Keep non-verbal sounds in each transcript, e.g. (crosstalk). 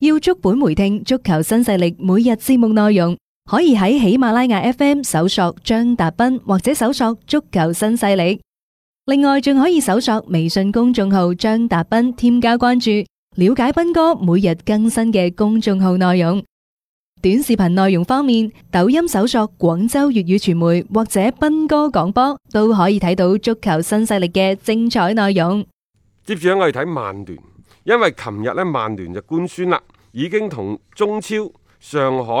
要足本回聽足球新勢力每日節目內容，可以喺喜馬拉雅 FM 搜索張達斌或者搜索足球新勢力。另外，仲可以搜索微信公眾號張達斌，添加關注，了解斌哥每日更新嘅公眾號內容。短視頻內容方面，抖音搜索廣州粵語傳媒或者斌哥廣播，都可以睇到足球新勢力嘅精彩內容。接住咧，我哋睇曼聯，因為琴日呢，曼聯就官宣啦，已經同中超上海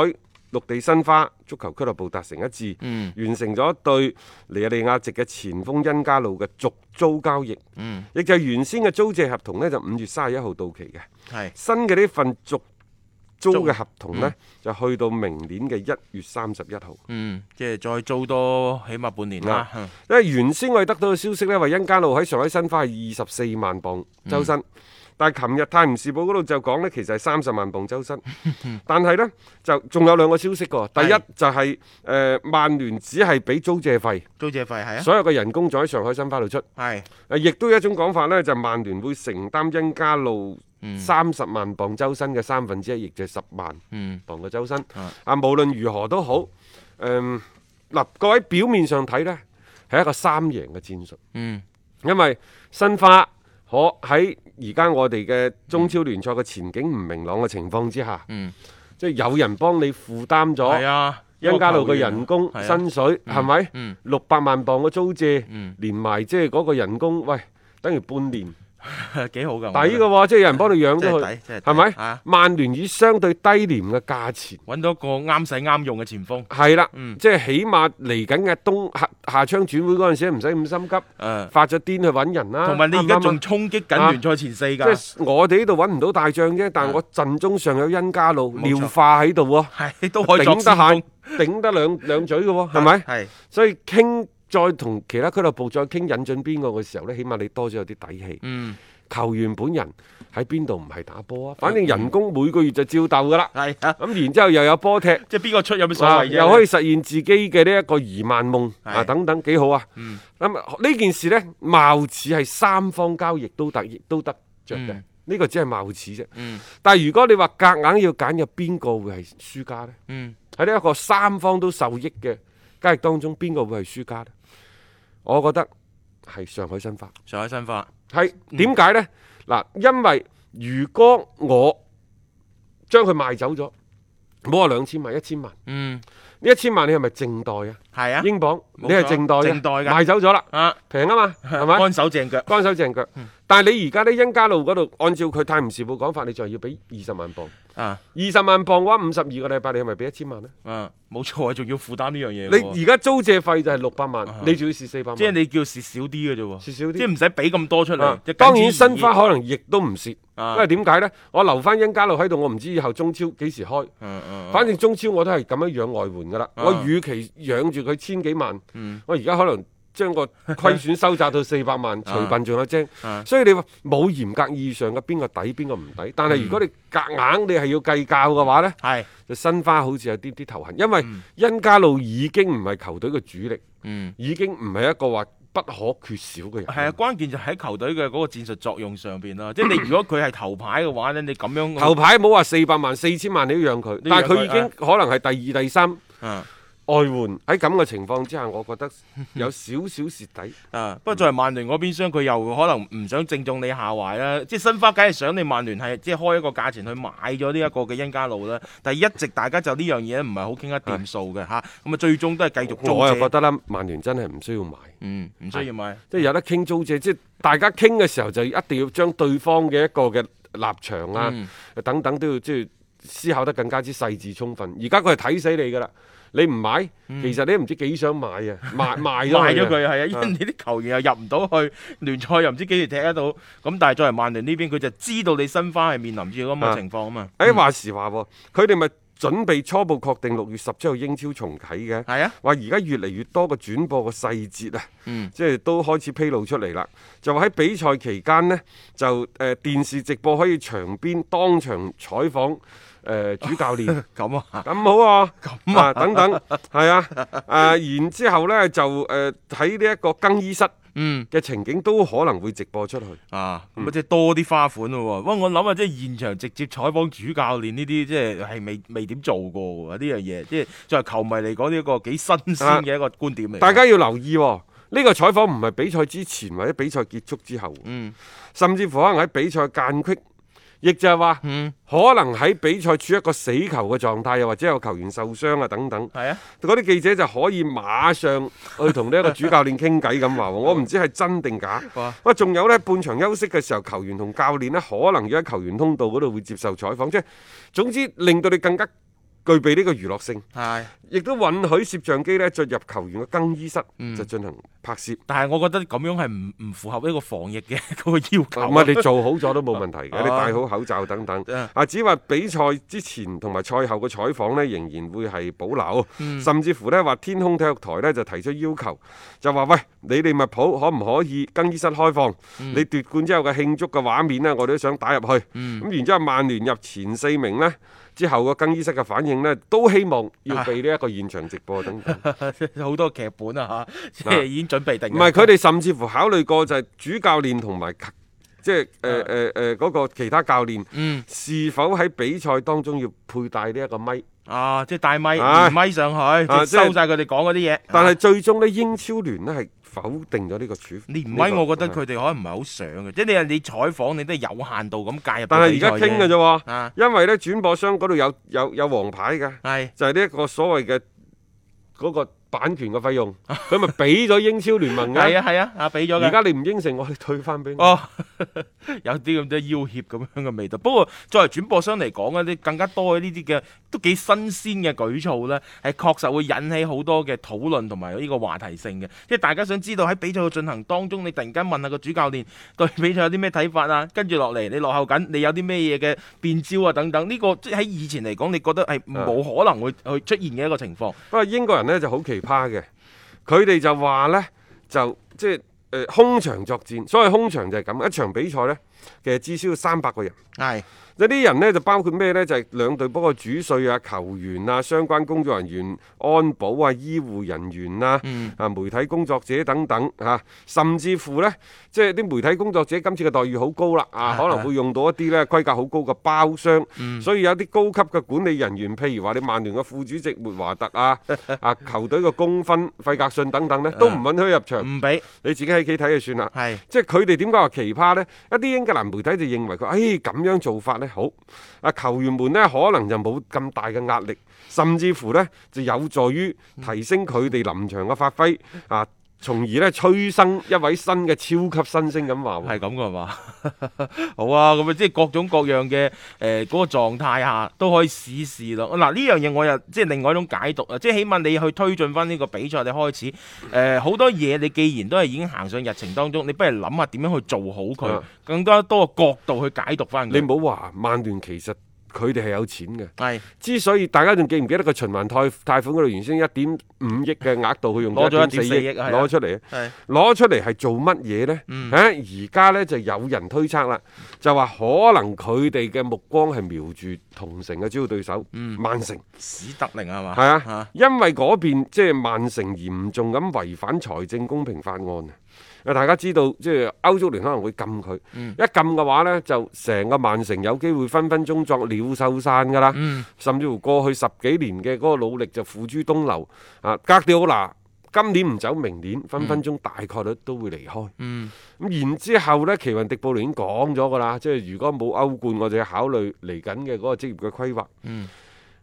綠地申花足球俱樂部達成一致，嗯完成咗對尼日利亞籍嘅前鋒恩加路嘅續租交易，嗯，亦就係原先嘅租借合同呢，就五月三十一號到期嘅，係新嘅呢份續租嘅合同呢，嗯就去到明年嘅一月三十一號。嗯，即係再租多起碼半年啦。嗯因為原先我哋得到嘅消息呢，話恩加路喺上海申花係二十四萬磅嗯周薪，但係琴日《泰晤士報》嗰度就講呢，其實係三十萬磅周 (laughs) 薪。但係呢，就仲有兩個消息㗎，第係一就係、呃曼聯只係俾租借費，租借費係啊，所有嘅人工就喺上海申花度出。係誒亦都有一種講法呢，就曼聯會承擔恩加路三十萬磅周薪嘅三分之一，亦就係十萬嗯磅嘅周薪。啊啊，無論如何都好，誒、嗱，各位表面上睇呢，係一個三贏嘅戰術。嗯因為申花可喺而家我哋嘅中超聯賽嘅前景唔明朗嘅情況之下，嗯，即係有人幫你負擔係咗啊，殷家路嘅人工、係啊薪水，係咪嗯？六百萬磅嘅租借嗯，連埋即係嗰個人工，喂，等於半年抵 (laughs) 幾好㗎，嘅喎，即係有人幫你養真咗係佢抵，真係抵係咪啊？曼聯以相對低廉嘅價錢。揾到個啱使啱用嘅前鋒。係啦，嗯即係起碼嚟緊嘅冬夏夏窗轉會嗰陣時，唔使咁心急，誒，發咗癲去揾人啦。嗯同埋你而家啱唔啱啊仲衝擊緊聯賽前四即㗎，係我哋呢度揾唔到大將啫，但係我陣中上有恩加路、冇錯廖化喺度喎，係都可以作頂得先鋒，下，頂得兩兩嘴嘅喎，係咪？係所以傾再同其他俱樂部再傾引進邊個嘅時候呢，起碼你多咗有啲底氣。嗯球員本人喺邊度唔係打波啊？反正人工每個月就照鬥㗎啦。係啊，咁然之後又有波踢。即係邊個出有咩所啊！謂啫？又可以實現自己嘅呢一個疑漫夢啊，係等等幾好啊！嗯咁呢件事呢，貌似係三方交易都得，亦都得着嘅。嗯呢個只係貌似啫。嗯但係如果你話夾硬要揀，有邊個會係輸家呢？嗯喺呢一個三方都受益嘅交易當中，邊個會係輸家呢？我覺得係上海申花。上海申花，係嗯點解呢？嗱，因為如果我將佢賣走咗，唔好話兩千萬、一千萬，嗯呢一千萬你係咪正代啊？係啊，英鎊冇你錯係正代嘅，正代㗎賣走咗啦，啊平啊 (laughs) 嘛，係咪？乾手淨腳，乾手淨腳，嗯但係你而家呢，恩加路嗰度，按照佢《泰晤士報》講法，你就係要俾二十萬磅。啊二十萬磅嘅話，五十二個禮拜你係咪俾一千萬呢？啊冇錯啊，仲要負擔呢樣嘢喎。你而家租借費就係六百萬啊，你仲要蝕四百萬，即係你叫蝕少啲嘅啫喎，蝕少啲即係唔使俾咁多出啊嚟。即係僅當此而然已申花可能亦都唔蝕，啊因為點解呢？我留翻恩加路喺度，我唔知以後中超幾時開。嗯嗯，反正中超我都係咁樣養外援噶啦，啊我與其養住佢千幾萬嗯，我而家可能將個虧損收 (laughs) 窄到四百萬，隨笨仲有精啊。所以你話冇嚴格意義上嘅邊個抵邊個唔抵，但嗯係如果你夾硬你係要計較嘅話呢，係就申花好似有啲啲頭痕，因為恩加路已經唔係球隊嘅主力，嗯已經唔係一個話不可缺少嘅人。係啊，關鍵就喺球隊嘅嗰個戰術作用上邊啊啦。即係你如果佢係頭牌嘅話咧，你咁樣頭牌冇話四百萬、四千萬你都讓佢，你但讓佢係佢已經可能係第二、第三。啊外援喺咁嘅情況之下，我 (laughs) 覺得有少少蝕底。啊，不過作為曼聯嗰邊商，佢又可能唔想正中你下懷啦。即係申花梗係想你曼聯係即係開一個價錢去買咗呢一個嘅恩加路啦，但係一直大家就呢樣嘢唔係好傾得掂數嘅吓，咁啊最終都係繼續我又覺租借，得啦，曼聯真係唔需要買，嗯唔需要買，即係有得傾租借，即係大家傾嘅時候就一定要將對方嘅一個嘅立場啊、嗯等等都要即係思考得更加之細緻充分。而家佢係睇死你㗎啦，你唔買，其實你都唔知幾想買 (laughs) 啊，賣賣嗯賣咗咗佢啊。佢係啊，因為你啲球員又入唔到去聯賽，又唔知幾時踢得到。咁但係作為曼聯呢邊，佢就知道你申花係面臨住咁啊嘅情況啊嘛。誒話時話喎，佢哋咪準備初步確定六月十七號英超重啟嘅。係啊，話而家越嚟越多嘅轉播嘅細節啊，嗯即係都開始披露出嚟啦。就話喺比賽期間呢，就誒、呃、電視直播可以場邊當場採訪誒、呃主教 (laughs) 練，咁啊，咁好啊，咁啊呃等等，係啊，啊然之後呢，就誒喺呢一個更衣室嗯嘅情景都可能會直播出去。啊，咁啊嗯即係多啲花款咯喎。不過我諗啊，即係現場直接採訪主教練呢啲，即係係未未點做過喎呢樣嘢。即係作為球迷嚟講，呢一個幾新鮮嘅一個觀點嚟。啊大家要留意喎、呢、個採訪唔係比賽之前或者比賽結束之後，嗯甚至乎可能喺比賽間隙，亦就係話嗯可能喺比賽處於一個死球嘅狀態，又或者有球員受傷啊等等。係啊，嗰啲記者就可以馬上去同呢一個主教練傾偈咁話喎，我唔知係真定假哇。喂，仲有呢，半場休息嘅時候，球員同教練呢可能要喺球員通道嗰度會接受採訪，即係總之令到你更加具備呢個娛樂性，係。亦都允許攝像機呢進入球員嘅更衣室就進行拍攝。但係我覺得咁樣係唔唔符合呢個防疫嘅嗰個 (laughs) 要求啊。唔係你做好咗都冇問題嘅， (laughs) 啊你戴好口罩等等啊。啊，只話比賽之前同埋賽後嘅採訪呢，仍然會係保留，嗯甚至乎呢話天空體育台呢就提出要求，就話喂，你利物浦可唔可以更衣室開放？嗯你奪冠之後嘅慶祝嘅畫面呢，我哋都想打入去。嗯咁然之後，曼聯入前四名呢，之後個更衣室嘅反應呢，都希望要被呢一個現場直播等等。好多劇本啊嚇，即 (laughs) 係已經準備定唔㗎。係佢哋甚至乎考慮過就係主教練同埋球即係誒誒誒嗰個其他教練，嗯是否喺比賽當中要佩戴呢一個咪？啊，即係帶咪啊連咪上去，即係即係收晒佢哋講嗰啲嘢。但啊係最終呢，英超聯呢係否定咗呢個處連呢咪，個我覺得佢哋可能唔係好想嘅，即係你係你採訪，你都係有限度咁介入。但係而家傾嘅啫。喎，啊，因為呢轉播商嗰度有有有黃牌㗎，係就係呢一個所謂嘅嗰個版權嘅費 (laughs) 用，佢咪俾咗英超聯盟係㗎。啊係啊，啊俾咗而嘅。家你唔應承我，你退翻俾我。哦， (laughs) 有啲咁多要挟咁樣嘅味道。不過作為轉播商嚟講啊咧，啲更加多呢啲嘅都幾新鮮嘅舉措咧，係確實會引起好多嘅討論同埋呢個話題性嘅。即係大家想知道喺比賽嘅進行當中，你突然間問下個主教練對比賽有啲咩睇法啊，跟住落嚟你落後緊，你有啲咩嘢嘅變招啊等等。呢、個即係喺以前嚟講，你覺得係冇可能會去出現嘅一個情況。不過英國人呢就好奇葩嘅，佢哋就話呢，就即係誒、呃空場作戰，所謂空場就係咁，一場比賽呢，其實至少要三百個人。係有啲人呢，就包括咩呢？就係、兩隊波嘅主帥啊、球員啊、相關工作人員、安保啊、醫護人員啊、嗯啊媒體工作者等等嚇、啊甚至乎呢，即係啲媒體工作者今次嘅待遇好高啦，啊嗯可能會用到一啲呢規格好高嘅包廂，所以有啲高級嘅管理人員，譬如話你曼聯嘅副主席莫華特 (laughs) 啊、啊球隊嘅功勳費格遜等等呢，都唔允許入場，唔俾你自己喺屋企睇就算啦。係即係佢哋點解話奇葩呢？一啲英格蘭媒體就認為佢，哎咁樣做法呢，好啊，球員們呢，可能就冇咁大嘅壓力，甚至乎呢，就有助於提升佢哋臨場嘅發揮啊，從而呢，催生一位新嘅超級新星咁話喎。係咁噶嘛？ (laughs) 好啊，咁啊，即係各種各樣嘅誒嗰個狀態下都可以試試咯。嗱呢樣嘢我又即係另外一種解讀啊，即係起碼你去推進翻呢個比賽，你開始誒好、多嘢，你既然都係已經行上日程當中，你不如諗下點樣去做好佢啊，更加多個角度去解讀翻你佢。唔好話曼聯其實佢哋係有錢嘅，係之所以大家仲記唔記得個循環貸貸款嗰度原先一點五億嘅額度，佢用攞咗1.4 1.4億係啊攞出嚟。係攞出嚟係做乜嘢呢？嗯嚇而家呢就有人推測啦，就話可能佢哋嘅目光係瞄住同城嘅主要對手、嗯曼城，史特靈係嘛？係啊，嚇因為嗰邊即係曼城嚴重咁違反財政公平法案啊！啊大家知道，即係歐足聯可能會禁佢，嗯一禁嘅話呢，就成個曼城有機會分分鐘作鳥獸散㗎啦，嗯甚至乎過去十幾年嘅嗰個努力就付諸東流啊！格迪奧拿今年唔走，明年分分鐘大概率都會離開。嗯咁然之後呢，奇雲迪布雷已經講咗㗎啦，即係如果冇歐冠，我哋考慮嚟緊嘅嗰個職業嘅規劃。嗯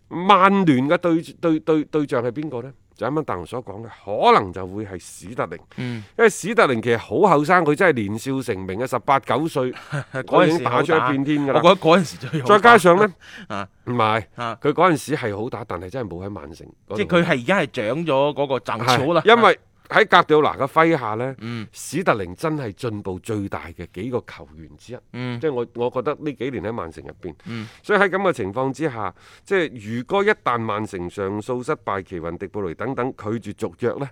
曼聯嘅對對對對象係邊個呢？就啱啱大雄所講嘅，可能就會係史特靈，嗯，因為史特靈其實好後生，佢真係年少成名嘅，十八九歲，嗰嗯已陣經時打好出一片天㗎我覺啦。得嗰陣時最好打。再加上呢，啊唔係啊佢嗰陣時係好打，但係真係冇喺曼城嗰度。即係佢係而家係長咗嗰個陣係草啦。因為喺格調拿嘅麾下呢，嗯史特靈真係進步最大嘅幾個球員之一。嗯即係我我覺得呢幾年喺曼城入邊，嗯所以喺咁嘅情況之下，即係如果一旦曼城上訴失敗，奇雲迪布雷等等拒絕續約呢，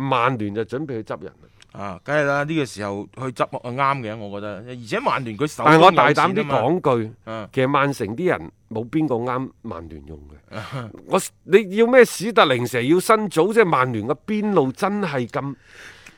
曼聯就準備去執人啦。啊，梗係啦！呢、個時候去執啊啱嘅，我覺得。而且曼聯佢手但係我大膽膽啲，講句，嗯其實曼城啲人冇邊個啱曼聯用嘅。 (laughs) 我你要咩史特靈成日要新組，即係曼聯嘅邊路真係咁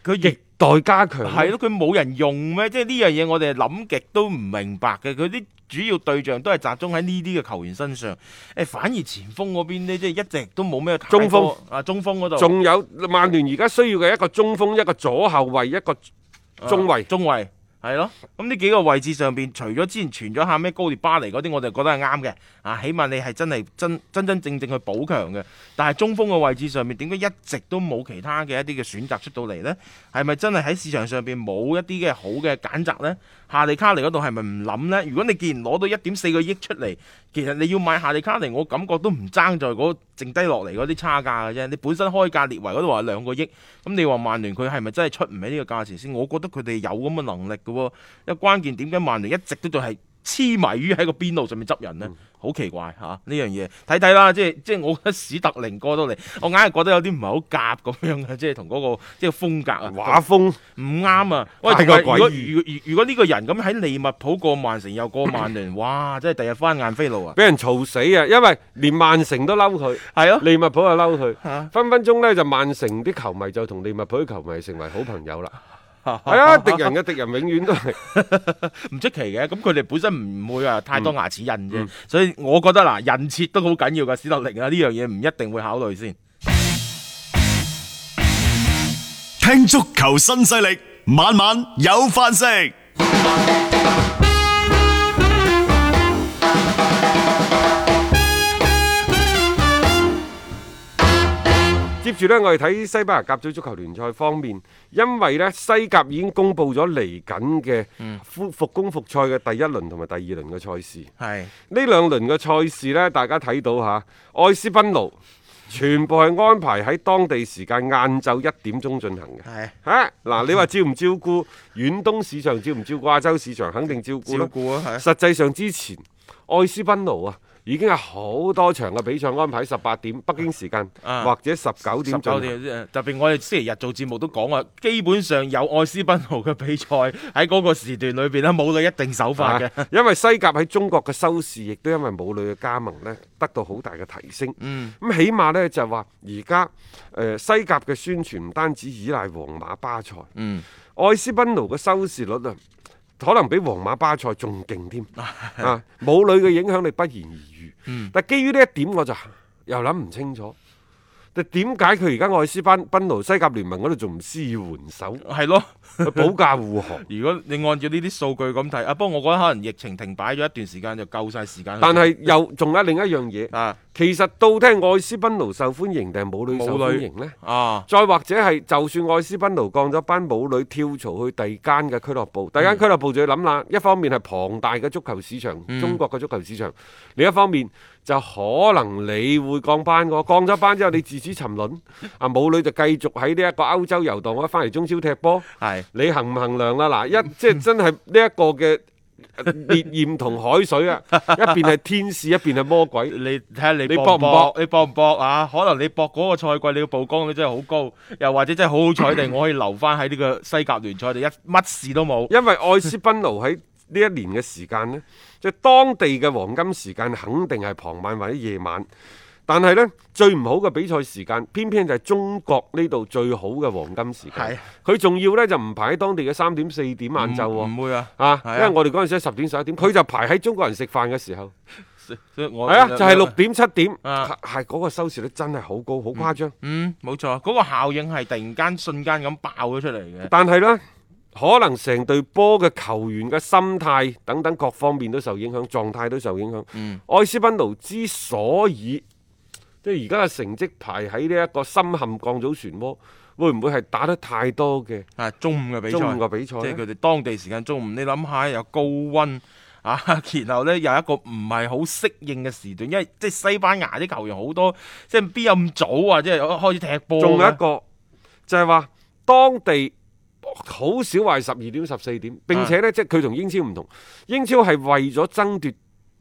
佢極 (laughs) 亦代加強。係咯，佢冇人用咩？即係呢樣嘢我哋諗極都唔明白嘅。佢啲主要對象都係集中喺呢啲嘅球員身上。誒，反而前鋒嗰邊呢，即係一直都冇咩太多中鋒啊，中鋒嗰度仲有曼聯而家需要嘅一個中鋒、一個左後衞、一個中衞。衞啊中衞係咯。咁呢幾個位置上邊，除咗之前傳咗下咩高列巴黎嗰啲，我就覺得係啱嘅。啊，起碼你係真係真真真正正去補強嘅。但係中鋒嘅位置上面，點解一直都冇其他嘅一啲嘅選擇出到嚟呢？係咪真係喺市場上邊冇一啲嘅好嘅揀擇呢？夏利卡尼嗰度係咪唔諗呢？如果你既然攞到一點四個億出嚟，其實你要買夏利卡尼，我感覺都唔爭在嗰剩低落嚟嗰啲差價嘅啫。你本身開價列維嗰度話兩個億，咁你話曼聯佢係咪真係出唔起呢個價錢先？我覺得佢哋有咁嘅能力嘅喎。因為關鍵點解曼聯一直都仲係痴迷於喺個邊路上面執人嗯呢？好奇怪嚇呢樣嘢，睇睇啦，即係即係我覺得史特靈過到嚟，我硬係覺得有啲唔係好夾咁樣嘅，即係同嗰個即係風格啊，畫風唔啱啊！喂，太同過埋如果詭異如果如如果呢個人咁喺利物浦過曼城又過曼聯，哇！真係第日翻晏飛路啊！俾人嘈死啊！因為連曼城都嬲佢，係咯，利物浦又嬲佢，啊嚇分分鐘呢，就曼城啲球迷就同利物浦啲球迷成為好朋友啦。係啊，敵人嘅敵人永遠都係 (laughs) 唔出奇嘅。咁佢哋本身唔會話太多牙齒印啫，所以我覺得嗱，人設都好緊要㗎。史特靈啊，呢樣嘢唔一定會考慮先。聽足球新勢力，晚晚有飯食。接住呢，我哋睇西班牙甲組足球聯賽方面，因為呢西甲已經公布咗嚟緊嘅復復工復賽嘅第一輪同埋第二輪嘅賽事。係呢兩輪嘅賽事呢，大家睇到嚇，愛斯賓奴全部係安排喺當地時間晏晝一點鐘進行嘅。係嚇、啊嗱，你話照唔照顧遠東市場，照唔照顧亞洲市場，肯定照顧照啦。顧啊，係實際上之前，愛斯賓奴啊，已經有好多場嘅比賽安排十八點北京時間、啊或者十九十點進九行。點，誒特別我哋星期日做節目都講話，基本上有愛斯賓奴嘅比賽喺嗰個時段裏邊咧，冇女一定首發嘅。啊 (laughs) 因為西甲喺中國嘅收視，亦都因為武磊嘅加盟呢，得到好大嘅提升。嗯，咁起碼呢，就係話，而家誒西甲嘅宣傳唔單止依賴皇馬、巴塞，嗯，愛斯賓奴嘅收視率啊，可能比皇馬、巴塞仲勁 (laughs) 添啊！武磊嘅影響力不言而喻。嗯但基於呢一點，我就又諗唔清楚，但點解佢而家愛斯賓賓奴西甲聯盟嗰度仲唔施以援 (laughs) 手係咯。去保駕護航？如果你按照呢啲數據咁睇，啊，不過我覺得可能疫情停擺咗一段時間就夠晒時間去做。但係又仲有另一樣嘢。啊其實到底係愛斯賓奴受歡迎定係母女受歡迎呢？啊，再或者係就算愛斯賓奴降咗班，母女跳槽去第二間嘅俱樂部，第二間俱樂部就要諗啦。一方面係龐大嘅足球市場，中國嘅足球市場；另一方面就可能你會降班嘅喎，降咗班之後你自此沉 (laughs) 淪，啊母女就繼續喺呢一個歐洲遊蕩，我翻嚟中超踢波。 (laughs) 係你衡唔衡量啦？嗱，一即係真係呢一個嘅烈焰同海水啊，一邊係天使，一邊係魔鬼。你睇下你你搏唔搏唔搏搏？你搏唔搏啊？可能你搏嗰個賽季你嘅曝光率真係好高，又或者真係好好彩地，我可以留翻喺呢個西甲聯賽度一乜事都冇。因為愛斯賓奴喺呢一年嘅時間呢，即係當地嘅黃金時間肯定係傍晚或者夜晚。但係呢，最唔好嘅比賽時間，偏偏就係中國呢度最好嘅黃金時係間。佢仲要呢，就唔排喺當地嘅三點四點唔晏晝喎。唔會啊，啊，係啊因為我哋嗰陣時係十點十一點，佢就排喺中國人食飯嘅時候，所以我係啊，就係六點七點，啊係嗰個收視率真係好高，好誇張。嗯，冇錯，嗰、個效應係突然間瞬間咁爆咗出嚟嘅。但係呢，可能成隊波嘅球員嘅心態等等各方面都受影響，狀態都受影響。嗯愛斯賓奴之所以即係而家嘅成績排喺呢一個深陷降組漩渦，會唔會係打得太多嘅啊，中午嘅比賽，中午嘅比賽即呢？係佢哋當地時間中午，你諗下有高温啊， (laughs) 然後呢有一個唔係好適應嘅時段，因為即係西班牙啲球員好多，即係邊有咁早啊，即係開始踢波啊。仲有一個就係話當地。好少話係十二點十四點，並且呢，即係佢同英超唔同，英超係為咗爭奪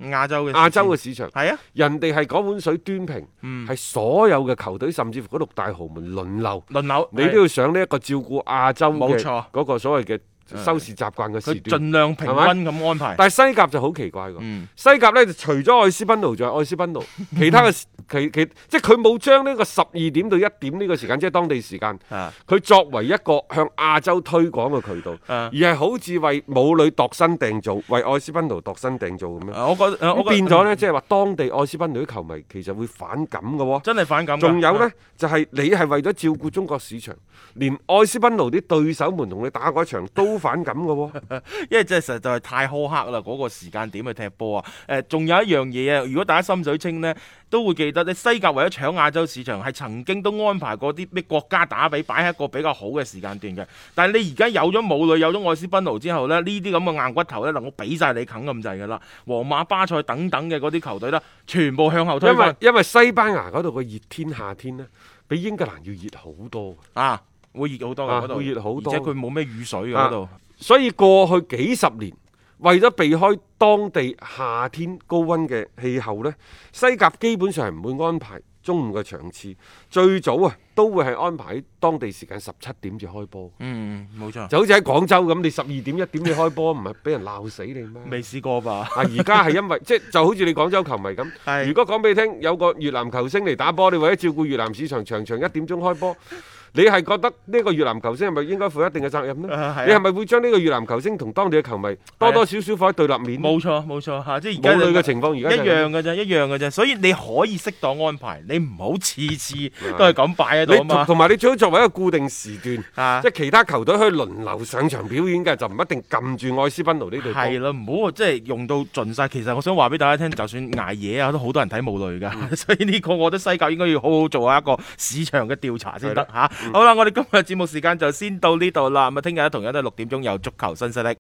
亞洲嘅亞洲嘅時市場，段係啊，人哋係嗰碗水端平，係、嗯所有嘅球隊甚至乎嗰六大豪門輪流，輪流你都要上呢一個照顧亞洲嗯冇嘅錯嗯嗰個所謂嘅收視習慣嘅時佢段。盡量平均咁安排。但係西甲就好奇怪喎。嗯，西甲呢，就除咗愛斯賓奴，仲有愛斯賓 (laughs) 奴，其他嘅其其即係佢冇將呢個十二點到一點呢個時間，即係當地時間，啊，佢作為一個向亞洲推廣嘅渠道，啊而係好似為母女度身訂造，為愛斯賓奴度身訂造咁樣。啊我覺得，我嗯咁覺變咗呢，即係話當地愛斯賓奴啲球迷其實會反感嘅喎。真係反感㗎。啊仲有呢，就係你係為咗照顧中國市場，連愛斯賓奴啲對手們同你打嗰場都反感嘅 (laughs) 啊喎。因為真係實在係太苛刻啦，嗰、個時間點去踢波啊！誒、仲有一樣嘢啊，如果大家心水清呢，都會記得咧，西甲為咗搶亞洲市場，係曾經都安排過啲咩國家打比，擺喺一個比較好嘅時間段嘅。但係你而家有咗母女，有咗愛斯賓奴之後呢，呢啲咁嘅硬骨頭呢，能夠俾晒你啃咁滯㗎啦。皇馬、巴塞等等嘅嗰啲球隊呢，全部向後推因翻為因為西班牙嗰度嘅熱天夏天呢，比英格蘭要熱好多。啊，會熱好多㗎啊嗰度，會熱好多啊而且佢冇咩雨水㗎嗰度。所以過去幾十年，為咗避開當地夏天高温嘅氣候呢，西甲基本上係唔會安排中午嘅場次，最早啊都會係安排喺當地時間十七點至開波。嗯，冇錯，就好似喺廣州咁，你十二點一點你開波，唔係俾人鬧死你咩？未試過吧？啊！而家係因為 (laughs) 即係就好似你廣州球迷咁，係如果講俾你聽有個越南球星嚟打波，你為咗照顧越南市場，場場一點鐘開 (laughs) 波，你係覺得呢個越南球星係咪應該負一定嘅責任呢？啊係啊你係咪會將呢個越南球星同當地嘅球迷多多少少放喺對立面呢？冇錯冇錯啊嚇，即係而家母你女嘅啊情況而家一就係咁樣嘅啫，一樣嘅啫。所以你可以適當安排，你唔好次次都係咁擺喺度你啊同嘛。同埋你最好作為一個固定時段，啊即係其他球隊可以輪流上場表演嘅，就唔一定撳住愛斯賓奴呢隊波係啊啦，唔好話即係用到盡晒。其實我想話俾大家聽，就算捱夜啊，都好多人睇母女噶。嗯 (laughs) 所以呢個我覺得西甲應該要好好做下一個市場嘅調查先得嚇。好啦，我哋今日節目時間就先到呢度啦。咁啊，聽日同樣都係六點鐘有足球新勢力。